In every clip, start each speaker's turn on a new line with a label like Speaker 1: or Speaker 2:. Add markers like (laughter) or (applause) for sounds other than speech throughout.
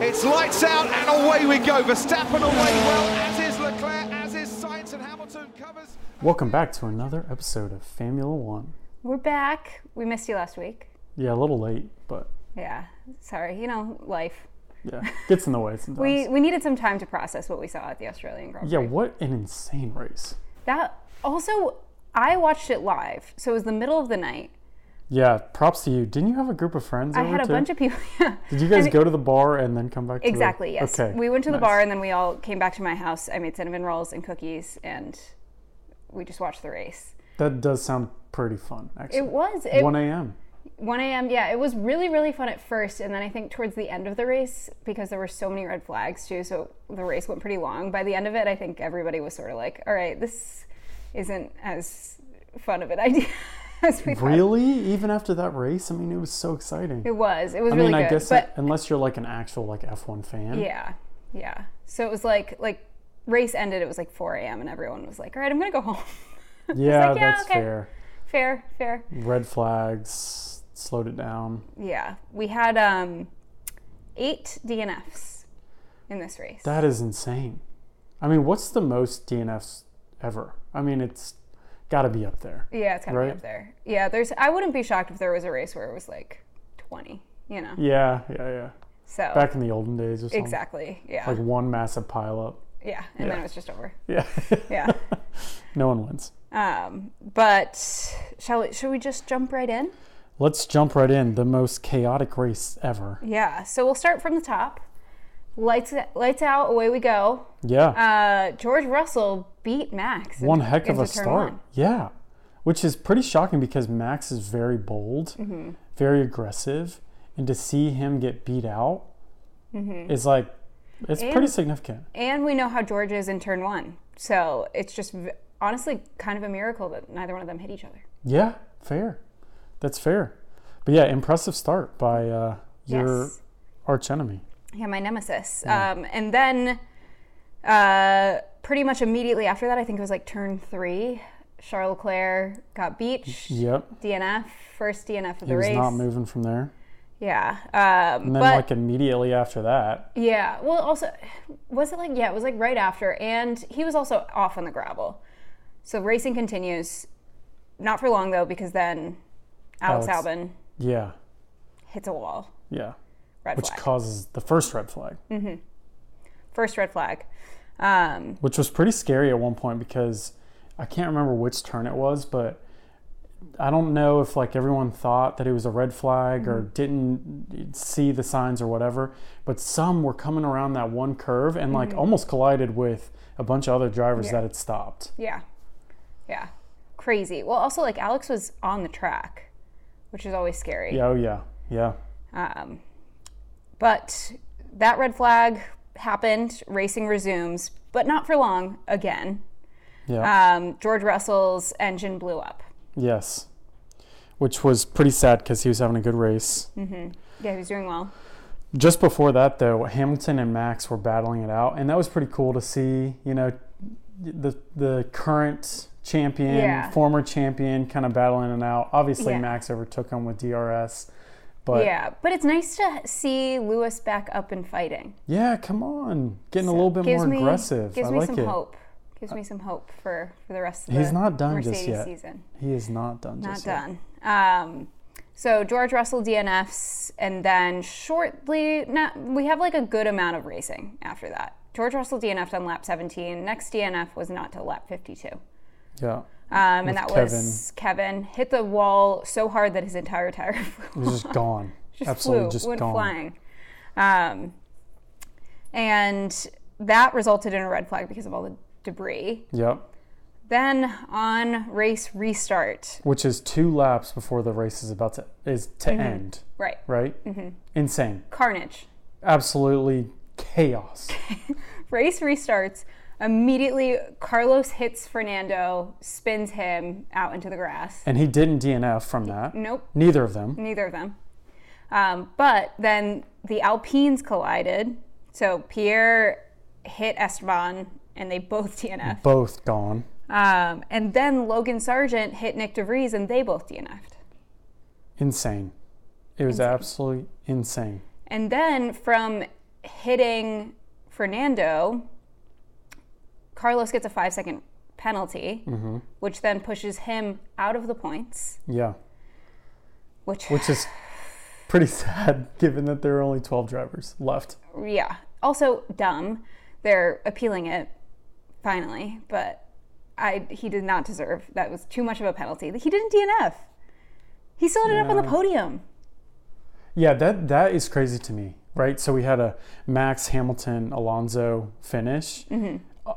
Speaker 1: It's lights out and away we go. Verstappen away well, as is Leclerc, as is Sainz, and Hamilton covers.
Speaker 2: Welcome back to another episode of Formula One.
Speaker 3: We're back. We missed you last week.
Speaker 2: Yeah, a little late, but
Speaker 3: Yeah, sorry. You know, life.
Speaker 2: yeah, gets in the way sometimes.
Speaker 3: (laughs) We we needed some time to process what we saw at the Australian Grand Prix.
Speaker 2: yeah, what an insane race.
Speaker 3: That also, I watched it live, so it was the middle of the night.
Speaker 2: Yeah, props to you. Didn't you have a group of friends?
Speaker 3: I had a bunch of people. (laughs)
Speaker 2: Did you guys go to the bar and then come back? to
Speaker 3: Exactly.
Speaker 2: The...
Speaker 3: Yes.
Speaker 2: Okay.
Speaker 3: We went to the
Speaker 2: nice.
Speaker 3: bar and then we all came back to my house. I made cinnamon rolls and cookies, and we just watched the race.
Speaker 2: That does sound pretty fun,
Speaker 3: It
Speaker 2: actually.
Speaker 3: was it,
Speaker 2: 1 a.m.
Speaker 3: 1 a.m. Yeah, it was really, really fun at first. And then I think towards the end of the race, because there were so many red flags too, so the race went pretty long. By the end of it, I think everybody was sort of like, all right, this isn't as fun of an (laughs) idea as we thought.
Speaker 2: Really? Even after that race? I mean, it was so exciting.
Speaker 3: It was. It was
Speaker 2: I
Speaker 3: really
Speaker 2: mean,
Speaker 3: good.
Speaker 2: I guess
Speaker 3: but
Speaker 2: it- unless you're like an actual like F1 fan.
Speaker 3: yeah, yeah. So it was like, like, race ended, it was like 4 a.m., and everyone was like, all right, I'm going to go home. (laughs)
Speaker 2: Yeah,
Speaker 3: like, yeah,
Speaker 2: that's
Speaker 3: okay.
Speaker 2: fair.
Speaker 3: fair, fair.
Speaker 2: Red flags slowed it down.
Speaker 3: Yeah. We had um, eight DNFs in this race.
Speaker 2: That is insane. I mean, what's the most DNFs ever? I mean, it's got to be up there.
Speaker 3: Yeah, it's gotta
Speaker 2: Right?
Speaker 3: be up there. Yeah, there's. I wouldn't be shocked if there was a race where it was like 20. You know.
Speaker 2: Yeah, yeah, yeah.
Speaker 3: So
Speaker 2: Back in the olden days or something.
Speaker 3: exactly. Yeah.
Speaker 2: Like one massive pileup.
Speaker 3: yeah. And then
Speaker 2: yeah.
Speaker 3: it was just
Speaker 2: (laughs)
Speaker 3: over.
Speaker 2: Yeah.
Speaker 3: (laughs) Yeah.
Speaker 2: no one wins.
Speaker 3: um, but shall we? Should we just jump right in?
Speaker 2: Let's jump right in. The most chaotic race ever.
Speaker 3: Yeah. So we'll start from the top. Lights lights out. Away we go.
Speaker 2: Yeah.
Speaker 3: Uh, George Russell beat Max. in-
Speaker 2: one heck of
Speaker 3: into
Speaker 2: a
Speaker 3: turn
Speaker 2: start.
Speaker 3: one.
Speaker 2: Yeah. Which is pretty shocking because Max is very bold,
Speaker 3: Mm-hmm.
Speaker 2: very aggressive, and to see him get beat out is like, it's pretty
Speaker 3: Mm-hmm. And-
Speaker 2: significant.
Speaker 3: And we know how George is in turn one. So it's just v- honestly kind of a miracle that neither one of them hit each other.
Speaker 2: Yeah, fair. That's fair. But yeah, impressive start by uh, your
Speaker 3: Yes.
Speaker 2: arch enemy.
Speaker 3: Yeah, my nemesis. Um, and then, uh, pretty much immediately after that, I think it was like turn three. Charles Leclerc got beached.
Speaker 2: Yep.
Speaker 3: DNF, first DNF of
Speaker 2: He
Speaker 3: the
Speaker 2: was
Speaker 3: race.
Speaker 2: not moving from there.
Speaker 3: Yeah, um,
Speaker 2: And then,
Speaker 3: but
Speaker 2: like, immediately after that,
Speaker 3: yeah. Well, also, was it like yeah? It was like right after, and he was also off on the gravel. So racing continues, not for long though, because then Alex,
Speaker 2: Alex-
Speaker 3: Albin
Speaker 2: yeah,
Speaker 3: hits a wall.
Speaker 2: yeah,
Speaker 3: Red
Speaker 2: which
Speaker 3: flag.
Speaker 2: causes the first red flag,
Speaker 3: first red flag. Um,
Speaker 2: which was pretty scary at one point because I can't remember which turn it was, but I don't know if, like, everyone thought that it was a red flag or didn't see the signs or whatever, but some were coming around that one curve and, like, almost collided with a bunch of other drivers that had stopped.
Speaker 3: Yeah. Yeah. Crazy. Well, also, like, Alex was on the track, which is always scary.
Speaker 2: Yeah, oh yeah, yeah,
Speaker 3: Um, but that red flag happened. Racing resumes, but not for long again.
Speaker 2: yeah.
Speaker 3: Um, George Russell's engine blew up.
Speaker 2: yes, which was pretty sad because he was having a good race.
Speaker 3: Yeah, he was doing well.
Speaker 2: Just before that, though, Hamilton and Max were battling it out, and that was pretty cool to see. You know, the the current champion,
Speaker 3: Yeah.
Speaker 2: former champion, kind of battling it out. Obviously,
Speaker 3: Yeah.
Speaker 2: Max overtook him with DRS, but yeah,
Speaker 3: Yeah, but it's nice to see Lewis back up and fighting.
Speaker 2: come on, getting a little bit
Speaker 3: Gives
Speaker 2: more
Speaker 3: me,
Speaker 2: aggressive.
Speaker 3: Gives
Speaker 2: I
Speaker 3: me
Speaker 2: like
Speaker 3: some
Speaker 2: it.
Speaker 3: hope. Gives me some hope for, for the rest of
Speaker 2: He's
Speaker 3: the
Speaker 2: not done just
Speaker 3: Mercedes
Speaker 2: yet.
Speaker 3: season.
Speaker 2: He is not done.
Speaker 3: Not
Speaker 2: just yet.
Speaker 3: done. Um, so George Russell DNFs, and then shortly, not, we have like a good amount of racing after that. George Russell DNF'd on lap 17. Next DNF was not till lap 52. Um, (laughs)
Speaker 2: Yeah,
Speaker 3: and that was Kevin hit the wall so hard that his entire tire (laughs) flew.
Speaker 2: he was just gone.
Speaker 3: just
Speaker 2: Absolutely,
Speaker 3: flew,
Speaker 2: just
Speaker 3: went
Speaker 2: gone.
Speaker 3: flying. Um, and that resulted in a red flag because of all the debris.
Speaker 2: Yep.
Speaker 3: Then on race restart,
Speaker 2: which is two laps before the race is about to is to
Speaker 3: Mm-hmm.
Speaker 2: end,
Speaker 3: right,
Speaker 2: right?
Speaker 3: Mm-hmm.
Speaker 2: Insane,
Speaker 3: carnage.
Speaker 2: absolutely chaos.
Speaker 3: Race restarts. Immediately, Carlos hits Fernando, spins him out into the grass.
Speaker 2: and he didn't DNF from that.
Speaker 3: Nope,
Speaker 2: Neither of them.
Speaker 3: neither of them. Um, but then the Alpines collided. So Pierre hit Esteban, and they both (laughs) DNF.
Speaker 2: Both gone.
Speaker 3: Um, and then Logan Sargent hit Nick DeVries, and they both DNF'd.
Speaker 2: Insane. It was absolutely insane.
Speaker 3: And then from hitting Fernando, Carlos gets a five second penalty, which then pushes him out of the points,
Speaker 2: Yeah.
Speaker 3: which,
Speaker 2: Which is pretty (laughs) sad given that there are only 12 drivers left.
Speaker 3: yeah, also dumb. They're appealing it finally, but I he did not deserve that was too much of a penalty. He didn't DNF. He still ended up on the podium.
Speaker 2: Yeah, that that is crazy to me, right? So we had a Max Hamilton Alonso finish. Uh,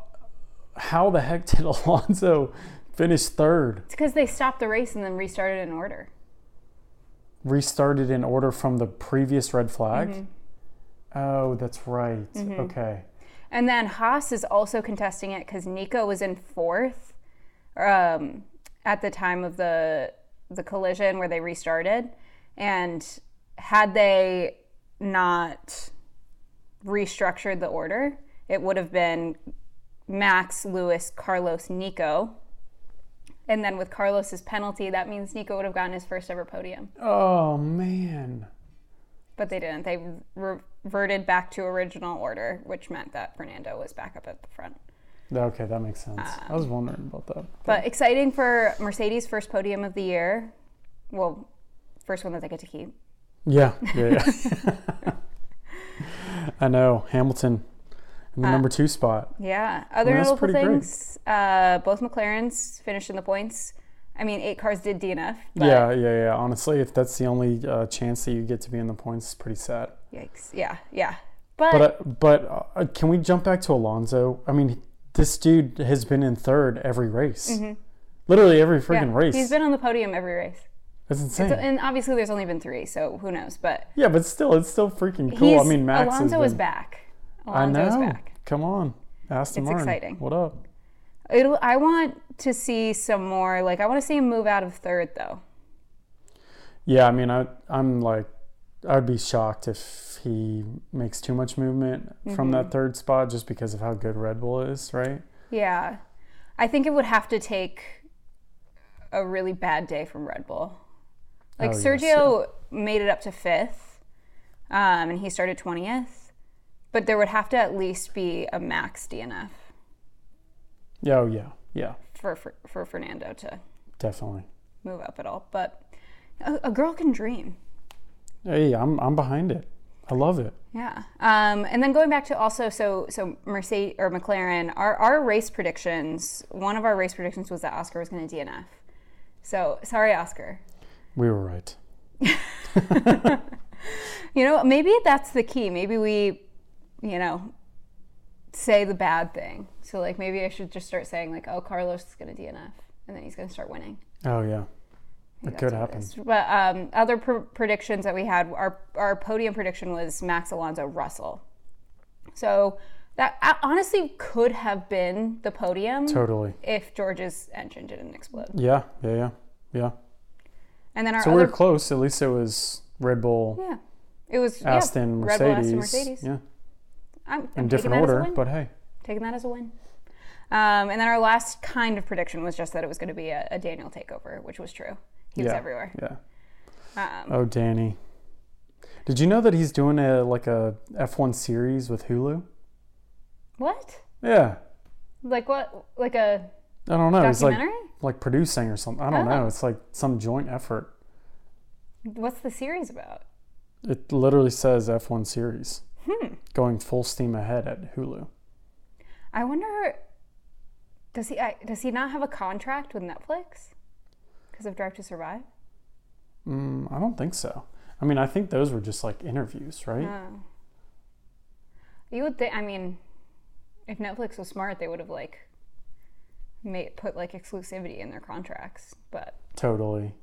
Speaker 2: How the heck did (laughs) Alonso finish third?
Speaker 3: It's because they stopped the race and then restarted in order.
Speaker 2: Restarted in order from the previous red flag. Oh, that's right. Okay.
Speaker 3: And then Haas is also contesting it because Nico was in fourth um, at the time of the the collision where they restarted, and had they not restructured the order, it would have been Max, Lewis, Carlos, Nico. And then with Carlos's penalty, that means Nico would have gotten his first ever podium.
Speaker 2: Oh man.
Speaker 3: But they didn't. They reverted back to original order, which meant that Fernando was back up at the front.
Speaker 2: Okay, that makes sense. I
Speaker 3: Um,
Speaker 2: was wondering about that.
Speaker 3: But exciting for Mercedes' first podium of the year. Well, first one that they get to keep.
Speaker 2: Yeah, (laughs) yeah. yeah.
Speaker 3: (laughs)
Speaker 2: I know Hamilton in
Speaker 3: Uh,
Speaker 2: the number two spot.
Speaker 3: Yeah. Other
Speaker 2: Well, that's
Speaker 3: notable
Speaker 2: pretty great.
Speaker 3: things, uh, both McLarens finished in the points. I mean, eight cars did DNF. But
Speaker 2: Yeah, yeah, yeah. Honestly, if that's the only uh, chance that you get to be in the points, it's pretty sad.
Speaker 3: Yikes. Yeah. Yeah. But,
Speaker 2: But uh, but uh, can we jump back to Alonso? I mean, this dude has been in third every race, literally every
Speaker 3: Mm-hmm. yeah,
Speaker 2: freaking race.
Speaker 3: he's been on the podium every race.
Speaker 2: That's insane.
Speaker 3: So, and obviously, there's only been three, so who knows? But
Speaker 2: yeah, but still, it's still freaking cool. I
Speaker 3: he's-
Speaker 2: mean, Max
Speaker 3: Alonso
Speaker 2: has
Speaker 3: is
Speaker 2: been-
Speaker 3: back.
Speaker 2: I
Speaker 3: Alonso
Speaker 2: know.
Speaker 3: is back.
Speaker 2: Come on, Aston
Speaker 3: It's
Speaker 2: Martin.
Speaker 3: exciting.
Speaker 2: What up?
Speaker 3: It'll, I want to see some more. Like, I want to see him move out of third, though.
Speaker 2: Yeah, I mean, I I'm like, I'd be shocked if he makes too much movement from
Speaker 3: Mm-hmm.
Speaker 2: that third spot just because of how good Red Bull is, right?
Speaker 3: Yeah. I think it would have to take a really bad day from Red Bull. Like
Speaker 2: Oh, yes,
Speaker 3: Sergio made it up to fifth, um, and he started 20th, but there would have to at least be a max DNF
Speaker 2: Yeah, oh yeah, yeah,
Speaker 3: for, for, for Fernando to
Speaker 2: definitely.
Speaker 3: move up at all. But a, a girl can dream.
Speaker 2: Hey, I'm I'm behind it. I love it.
Speaker 3: Yeah. Um, and then going back to also so so Mercedes or McLaren, our our race predictions, one of our race predictions was that Oscar was gonna DNF. So sorry, Oscar.
Speaker 2: We were right.
Speaker 3: You know, maybe that's the key. Maybe we, you know, say the bad thing. So like maybe I should just start saying like, oh, Carlos is gonna DNF, and then he's gonna start winning.
Speaker 2: Oh yeah,
Speaker 3: Maybe
Speaker 2: It
Speaker 3: that's
Speaker 2: could
Speaker 3: what
Speaker 2: happen.
Speaker 3: is. But um, other pr- predictions that we had, our our podium prediction was Max Alonso Russell. So that uh, honestly could have been the podium
Speaker 2: totally.
Speaker 3: if George's engine didn't explode.
Speaker 2: Yeah, yeah, yeah, yeah.
Speaker 3: And then our
Speaker 2: So we
Speaker 3: other
Speaker 2: were close. At least it was Red Bull,
Speaker 3: yeah, it was yeah,
Speaker 2: Aston,
Speaker 3: Red Bull,
Speaker 2: Mercedes.
Speaker 3: Aston, Mercedes.
Speaker 2: Yeah,
Speaker 3: I'm, I'm
Speaker 2: in
Speaker 3: taking
Speaker 2: different
Speaker 3: that as a
Speaker 2: order,
Speaker 3: win.
Speaker 2: but hey,
Speaker 3: taking that as a win. Um, and then our last kind of prediction was just that it was going to be a, a Daniel takeover, which was true. He was
Speaker 2: yeah,
Speaker 3: everywhere.
Speaker 2: Yeah.
Speaker 3: Um,
Speaker 2: Oh, Danny. Did you know that he's doing a like a F1 series with Hulu?
Speaker 3: What?
Speaker 2: Yeah.
Speaker 3: Like what? Like a
Speaker 2: I don't know. He's like
Speaker 3: documentary?
Speaker 2: like producing or something. I don't
Speaker 3: Oh.
Speaker 2: know. It's like some joint effort.
Speaker 3: What's the series about?
Speaker 2: It literally says F1 series.
Speaker 3: Hmm.
Speaker 2: Going full steam ahead at Hulu.
Speaker 3: I wonder. Does he I, does he not have a contract with Netflix because of Drive to Survive?
Speaker 2: Mm, I don't think so. I mean, I think those were just like interviews, right?
Speaker 3: Uh, Oh. You would think. I mean, if Netflix was smart, they would have like made put like exclusivity in their contracts. But
Speaker 2: Totally.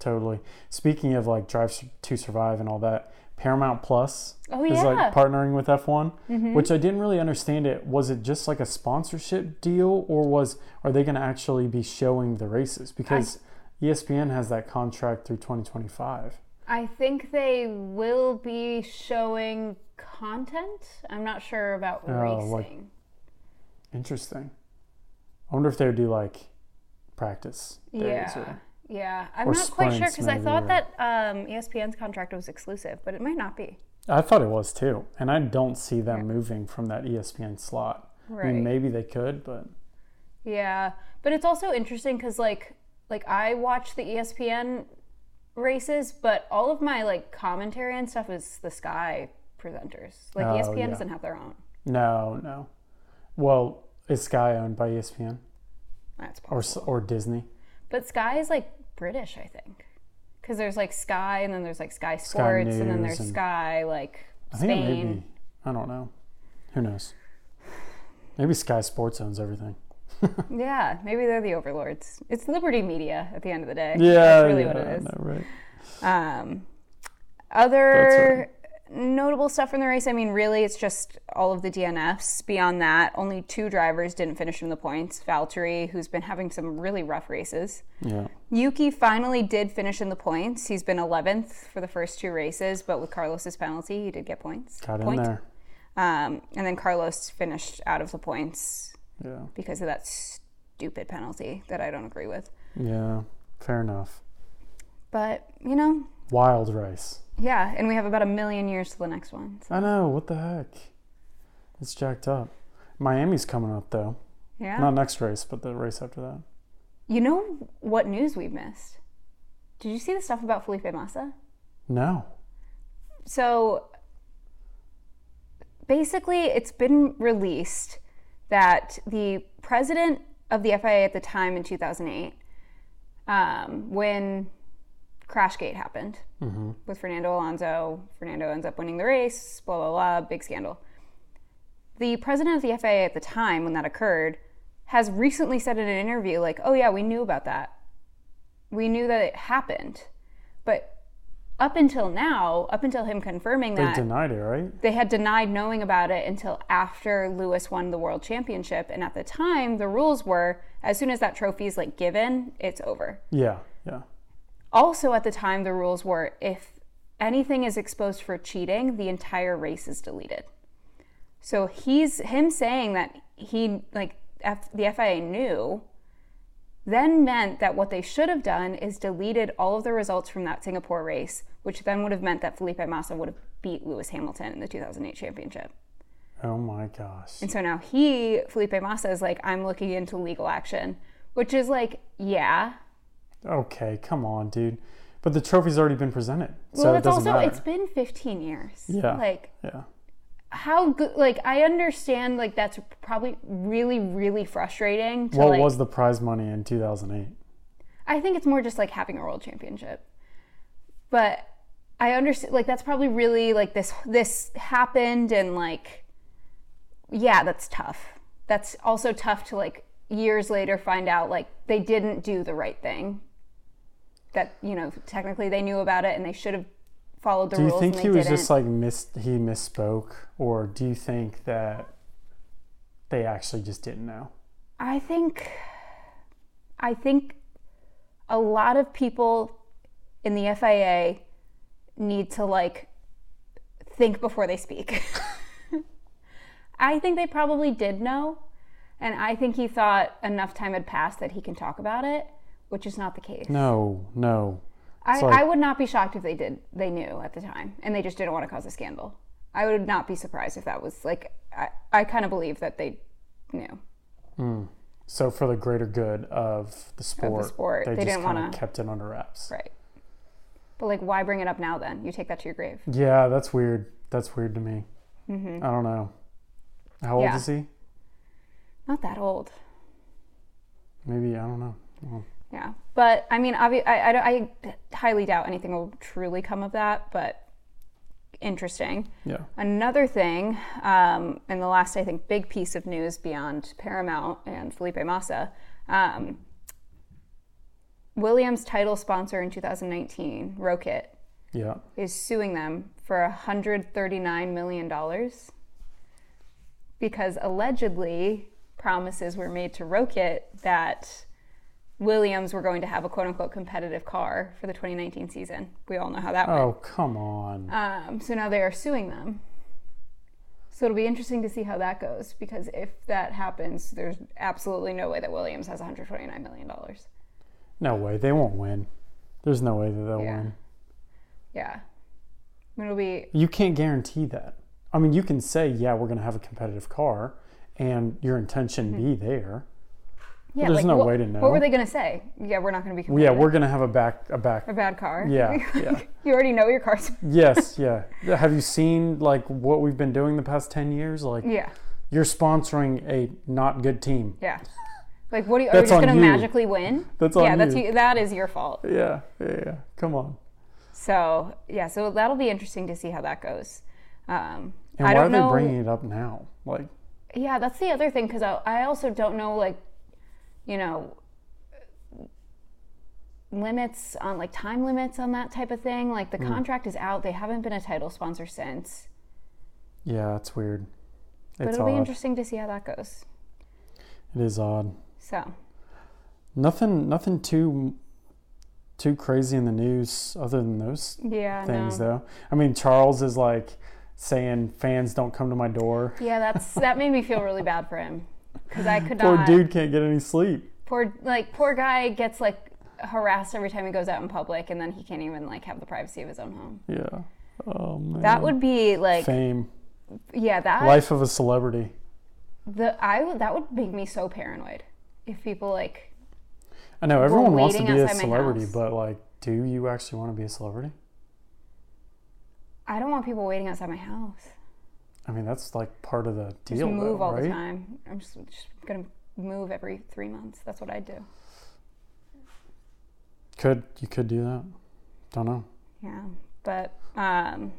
Speaker 2: Totally. Speaking of like Drive to Survive and all that, Paramount Plus
Speaker 3: Oh,
Speaker 2: is
Speaker 3: yeah. Mm-hmm.
Speaker 2: like partnering with F1, which I didn't really understand it. Was it just like a sponsorship deal or was are they going to actually be showing the races because E ESPN has that contract through 2025.
Speaker 3: I think they will be showing content. I'm not sure about racing.
Speaker 2: Oh, like- Interesting. I wonder if they would do like practice days
Speaker 3: yeah.
Speaker 2: or
Speaker 3: Yeah, I'm
Speaker 2: or
Speaker 3: not quite sure
Speaker 2: sprints
Speaker 3: because I
Speaker 2: maybe,
Speaker 3: thought E
Speaker 2: or-
Speaker 3: that um, ESPN's contract was exclusive, but it might not be.
Speaker 2: I thought it was too, and I don't see them moving from that E ESPN slot. I
Speaker 3: Right.
Speaker 2: mean, maybe they could, but
Speaker 3: Yeah, but it's also interesting because like like I watch the E ESPN races, but all of my like commentary and stuff is the Sky presenters. Like E
Speaker 2: Oh,
Speaker 3: ESPN
Speaker 2: yeah.
Speaker 3: doesn't have their own.
Speaker 2: no, no. Well, is Sky owned by E ESPN
Speaker 3: That's
Speaker 2: or
Speaker 3: possible.
Speaker 2: s- or Disney?
Speaker 3: But Sky is like British, I think, because there's like Sky and then there's like Sky Sports and then
Speaker 2: News
Speaker 3: there's
Speaker 2: and-
Speaker 3: Sky like
Speaker 2: I think it may
Speaker 3: Spain.
Speaker 2: be. I don't know. Who knows? Maybe Sky Sports owns everything.
Speaker 3: Yeah, maybe they're the overlords. It's Liberty Media at the end of the day.
Speaker 2: Yeah,
Speaker 3: that's really
Speaker 2: yeah,
Speaker 3: what it is.
Speaker 2: I know, right.
Speaker 3: Um, other notable stuff from the race, I mean, really, it's just all of the DNFs. Beyond that, only two drivers didn't finish from the points. Valtteri, who's been having some really rough races.
Speaker 2: Yeah.
Speaker 3: Yuki finally did finish in the points. He's been 11th for the first two races, but with Carlos's penalty, he did get points.
Speaker 2: Got in
Speaker 3: Point.
Speaker 2: there.
Speaker 3: Um, and then Carlos finished out of the points
Speaker 2: Yeah.
Speaker 3: because of that stupid penalty that I don't agree with.
Speaker 2: Yeah. Fair enough.
Speaker 3: But, you know,
Speaker 2: Wild race.
Speaker 3: yeah, and we have about a million years to the next one. so-
Speaker 2: I know. What the heck? It's jacked up. Miami's coming up though.
Speaker 3: yeah.
Speaker 2: Not next race, but the race after that.
Speaker 3: You know what news we've missed? Did you see the stuff about Felipe Massa?
Speaker 2: No.
Speaker 3: So basically, it's been released that the president of the FIA at the time in 2008, um, when Crashgate happened with Fernando Alonso, Fernando ends up winning the race, blah, blah, blah, big scandal. The president of the FIA at the time when that occurred has recently said in an interview, like, oh, yeah, we knew about that. We knew that it happened. But up until now, up until him confirming
Speaker 2: They
Speaker 3: that,
Speaker 2: denied it, right?
Speaker 3: they had denied knowing about it until after Lewis won the world championship. And at the time, the rules were as soon as that trophy is like given, it's over.
Speaker 2: Yeah. Yeah.
Speaker 3: Also, at the time, the rules were if anything is exposed for cheating, the entire race is deleted. So he's him saying that he like F, the FIA knew then meant that what they should have done is deleted all of the results from that Singapore race, which then would have meant that Felipe Massa would have beat Lewis Hamilton in the 2008 championship.
Speaker 2: Oh my gosh.
Speaker 3: And so now he, Felipe Massa, is like, I'm looking into legal action, which is like, yeah.
Speaker 2: Okay, come on, dude. But the trophy's already been presented, so
Speaker 3: Well,
Speaker 2: it
Speaker 3: it's
Speaker 2: doesn't
Speaker 3: also,
Speaker 2: matter.
Speaker 3: it's been 15 years.
Speaker 2: Yeah.
Speaker 3: Like,
Speaker 2: Yeah.
Speaker 3: how good, like, I understand, like, that's probably really, really frustrating to,
Speaker 2: What
Speaker 3: like,
Speaker 2: was the prize money in 2008?
Speaker 3: I think it's more just like having a world championship. But I understand like that's probably really like this this happened and like yeah, that's tough. That's also tough to like years later find out like they didn't do the right thing. That, you know, technically they knew about it and they should have followed the
Speaker 2: Do you
Speaker 3: rules
Speaker 2: think
Speaker 3: and
Speaker 2: he
Speaker 3: they
Speaker 2: was
Speaker 3: didn't.
Speaker 2: just like mis he misspoke, or do you think that they actually just didn't know?
Speaker 3: I think I think a lot of people in the FIA need to like think before they speak. (laughs) I think they probably did know, and I think he thought enough time had passed that he can talk about it, which is not the case.
Speaker 2: No, no.
Speaker 3: I,
Speaker 2: like-
Speaker 3: I would not be shocked if they did they knew at the time and they just didn't want to cause a scandal. I would not be surprised if that was like I, I kind of believe that they knew.
Speaker 2: So for the greater good of the sport,
Speaker 3: sport,
Speaker 2: they,
Speaker 3: they
Speaker 2: just
Speaker 3: didn't
Speaker 2: kind of
Speaker 3: wanna-
Speaker 2: kept it under wraps.
Speaker 3: Right. But like, why bring it up now? Then you take that to your grave.
Speaker 2: Yeah, that's weird. That's weird to me. I don't know. How old
Speaker 3: Mm-hmm. Yeah.
Speaker 2: is he?
Speaker 3: Not that old.
Speaker 2: Maybe I don't know. Well,
Speaker 3: Yeah. But I mean, obvi- I, I, don't- I highly doubt anything will truly come of that. But interesting.
Speaker 2: yeah.
Speaker 3: Another thing, um, and the last, I think, big piece of news beyond Paramount and Felipe Massa, um, Williams' title sponsor in 2019, Rocket,
Speaker 2: Yeah.
Speaker 3: is suing them for $139 million because allegedly promises were made to Rocket that Williams were going to have a quote unquote competitive car for the 2019 season. We all know how that went.
Speaker 2: Oh, come on.
Speaker 3: Um, so now they are suing them. So it'll be interesting to see how that goes because if that happens, there's absolutely no way that Williams has $129 million.
Speaker 2: No way. They won't win. There's no way that they'll
Speaker 3: Yeah.
Speaker 2: win.
Speaker 3: Yeah. I mean, it'll be
Speaker 2: You can't guarantee that. I mean, you can say, yeah, we're going to have a competitive car and your intention be
Speaker 3: Mm-hmm.
Speaker 2: there.
Speaker 3: yeah.
Speaker 2: there's
Speaker 3: like,
Speaker 2: no
Speaker 3: what-
Speaker 2: way to know.
Speaker 3: What were they gonna say? Yeah, we're not gonna be.
Speaker 2: Yeah,
Speaker 3: Competitive.
Speaker 2: we're going to have a back a back
Speaker 3: a bad car. (laughs)
Speaker 2: Yeah, yeah.
Speaker 3: you already know your
Speaker 2: (laughs)
Speaker 3: car's. (laughs)
Speaker 2: Yes, yeah. Have you seen like what we've been doing the past 10 years? Like
Speaker 3: Yeah,
Speaker 2: you're sponsoring a not good team.
Speaker 3: yeah. Like, what do you, are you
Speaker 2: That's
Speaker 3: just
Speaker 2: on
Speaker 3: gonna
Speaker 2: you.
Speaker 3: magically win?
Speaker 2: That's
Speaker 3: yeah,
Speaker 2: on
Speaker 3: that's
Speaker 2: you.
Speaker 3: you. that is your fault.
Speaker 2: Yeah, yeah, yeah. Come on.
Speaker 3: So yeah, so that'll be interesting to see how that goes. Um,
Speaker 2: And why
Speaker 3: I don't
Speaker 2: are they
Speaker 3: know.
Speaker 2: bringing it up now? Like
Speaker 3: Yeah, that's the other thing because I, I also don't know like, you know, limits on like time limits on that type of thing. Like
Speaker 2: Hmm.
Speaker 3: the contract is out; they haven't been a title sponsor since.
Speaker 2: yeah, it's weird.
Speaker 3: But
Speaker 2: It's
Speaker 3: it'll be
Speaker 2: odd.
Speaker 3: interesting to see how that goes.
Speaker 2: It is odd.
Speaker 3: So
Speaker 2: Nothing nothing too too crazy in the news other than those
Speaker 3: yeah,
Speaker 2: things
Speaker 3: no.
Speaker 2: though. I mean, Charles is like saying fans don't come to my door.
Speaker 3: yeah, that's that made me feel really bad for him because I
Speaker 2: (laughs)
Speaker 3: could
Speaker 2: Poor
Speaker 3: not.
Speaker 2: dude can't get any sleep.
Speaker 3: Poor like poor guy gets like harassed every time he goes out in public, and then he can't even like have the privacy of his own home.
Speaker 2: Yeah. Oh man.
Speaker 3: That would be like
Speaker 2: fame.
Speaker 3: yeah that
Speaker 2: Life of a celebrity.
Speaker 3: The I w- that would make me so paranoid if people like
Speaker 2: I know everyone wants to
Speaker 3: waiting
Speaker 2: be a
Speaker 3: outside my
Speaker 2: celebrity,
Speaker 3: house.
Speaker 2: but like, do you actually want to be a celebrity?
Speaker 3: I don't want people waiting outside my house.
Speaker 2: I mean, that's like part of the
Speaker 3: Just
Speaker 2: deal,
Speaker 3: move
Speaker 2: though,
Speaker 3: all
Speaker 2: right?
Speaker 3: the time. I'm just, just gonna move every three months. That's what I do.
Speaker 2: Could you could do that? Don't know.
Speaker 3: Yeah, but um,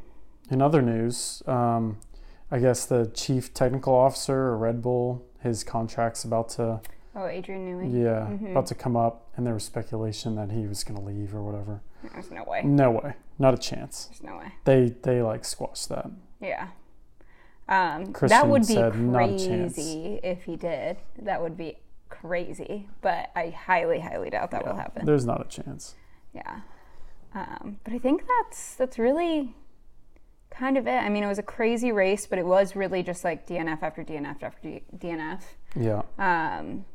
Speaker 2: In other news, um, I guess the chief technical officer at Red Bull, his contract's about to
Speaker 3: oh Adrian Newey,
Speaker 2: yeah about to come up, and there was speculation that he was going to leave or whatever.
Speaker 3: there's no way.
Speaker 2: No way, not a chance.
Speaker 3: There's no way.
Speaker 2: They they like squashed that.
Speaker 3: Yeah. Um, that
Speaker 2: Christian
Speaker 3: would be
Speaker 2: said not a chance.
Speaker 3: crazy if he did. That would be crazy, but I highly, highly doubt that will happen.
Speaker 2: There's not a chance.
Speaker 3: Yeah. Um, but I think that's that's really kind of it. I mean, it was a crazy race, but it was really just like DNF after DNF after D- DNF.
Speaker 2: Yeah,
Speaker 3: Um,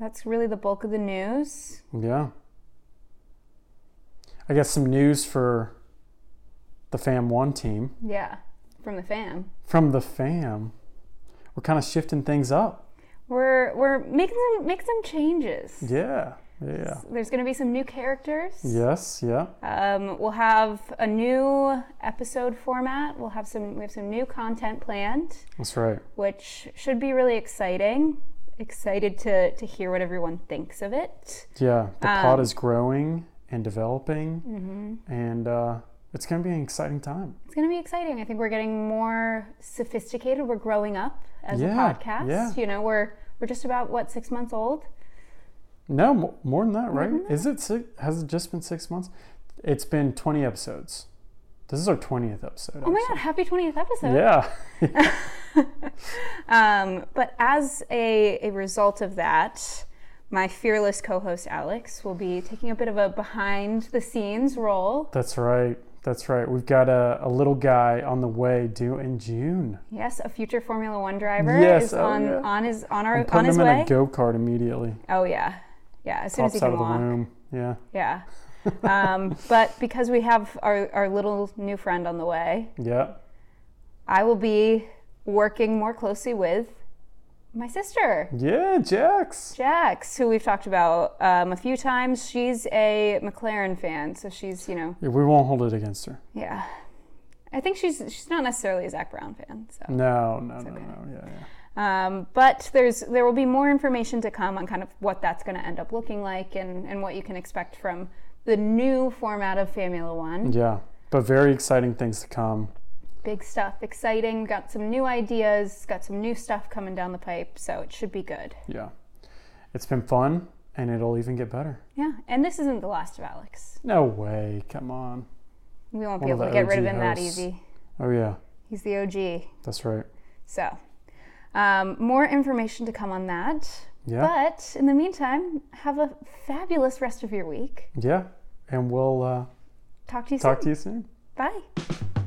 Speaker 3: that's really the bulk of the news.
Speaker 2: yeah. I guess some news for the Fam One team.
Speaker 3: Yeah, from the fam.
Speaker 2: from the fam, we're kind of shifting things up.
Speaker 3: We're we're making some making some changes.
Speaker 2: Yeah. Yeah.
Speaker 3: There's going to be some new characters.
Speaker 2: Yes. Yeah.
Speaker 3: Um, we'll have a new episode format. We'll have some we have some new content planned.
Speaker 2: That's right.
Speaker 3: which should be really exciting. Excited to, to hear what everyone thinks of it.
Speaker 2: Yeah. The pod
Speaker 3: Um,
Speaker 2: is growing and developing,
Speaker 3: Mm-hmm.
Speaker 2: and uh, it's going to be an exciting time.
Speaker 3: It's going to be exciting. I think we're getting more sophisticated. We're growing up as
Speaker 2: Yeah,
Speaker 3: a podcast.
Speaker 2: yeah.
Speaker 3: You know, we're we're just about what six months old. Oh
Speaker 2: No, mo- more than that, right? Is it six? Has it just been six months? It's been 20 episodes. This is our 20th episode.
Speaker 3: Oh my god! Happy twentieth episode.
Speaker 2: Yeah.
Speaker 3: Um, but as a a result of that, my fearless co-host Alex will be taking a bit of a behind the scenes role.
Speaker 2: That's right. That's right. We've got a, a little guy on the way due in June.
Speaker 3: Yes, a future Formula One driver
Speaker 2: Yes,
Speaker 3: is
Speaker 2: oh
Speaker 3: on
Speaker 2: yeah.
Speaker 3: on his on our
Speaker 2: Put
Speaker 3: on
Speaker 2: him
Speaker 3: his
Speaker 2: in
Speaker 3: way.
Speaker 2: a go kart immediately.
Speaker 3: Oh yeah, yeah. As soon as
Speaker 2: Pops
Speaker 3: he
Speaker 2: out
Speaker 3: can
Speaker 2: of the
Speaker 3: walk.
Speaker 2: room. Yeah. (laughs)
Speaker 3: Yeah. um, but because we have our, our little new friend on the way,
Speaker 2: Yeah.
Speaker 3: I will be working more closely with my sister,
Speaker 2: Yeah, Jax.
Speaker 3: Jax, who we've talked about um, a few times. She's a McLaren fan, so she's, you know,
Speaker 2: Yeah, we won't hold it against her.
Speaker 3: yeah. I think she's she's not necessarily a Zach Brown fan. So,
Speaker 2: No, no, no, no. Yeah, yeah.
Speaker 3: um, but there's there will be more information to come on kind of what that's going to end up looking like and and what you can expect from the new format of Formula One.
Speaker 2: Yeah, but very exciting things to come.
Speaker 3: big stuff, exciting. Got some new ideas, got some new stuff coming down the pipe, so it should be good.
Speaker 2: Yeah. It's been fun and it'll even get better.
Speaker 3: Yeah, and this isn't the last of Alex.
Speaker 2: No way. Come on.
Speaker 3: We won't be
Speaker 2: One of
Speaker 3: able to
Speaker 2: the
Speaker 3: get rid of
Speaker 2: OG
Speaker 3: him that
Speaker 2: hosts.
Speaker 3: easy.
Speaker 2: Oh, yeah.
Speaker 3: He's the OG.
Speaker 2: That's right.
Speaker 3: So, um, more information to come on that.
Speaker 2: Yeah.
Speaker 3: But in the meantime, have a fabulous rest of your week.
Speaker 2: Yeah. And we'll uh,
Speaker 3: Talk to you
Speaker 2: talk to
Speaker 3: soon.
Speaker 2: you soon.
Speaker 3: Bye.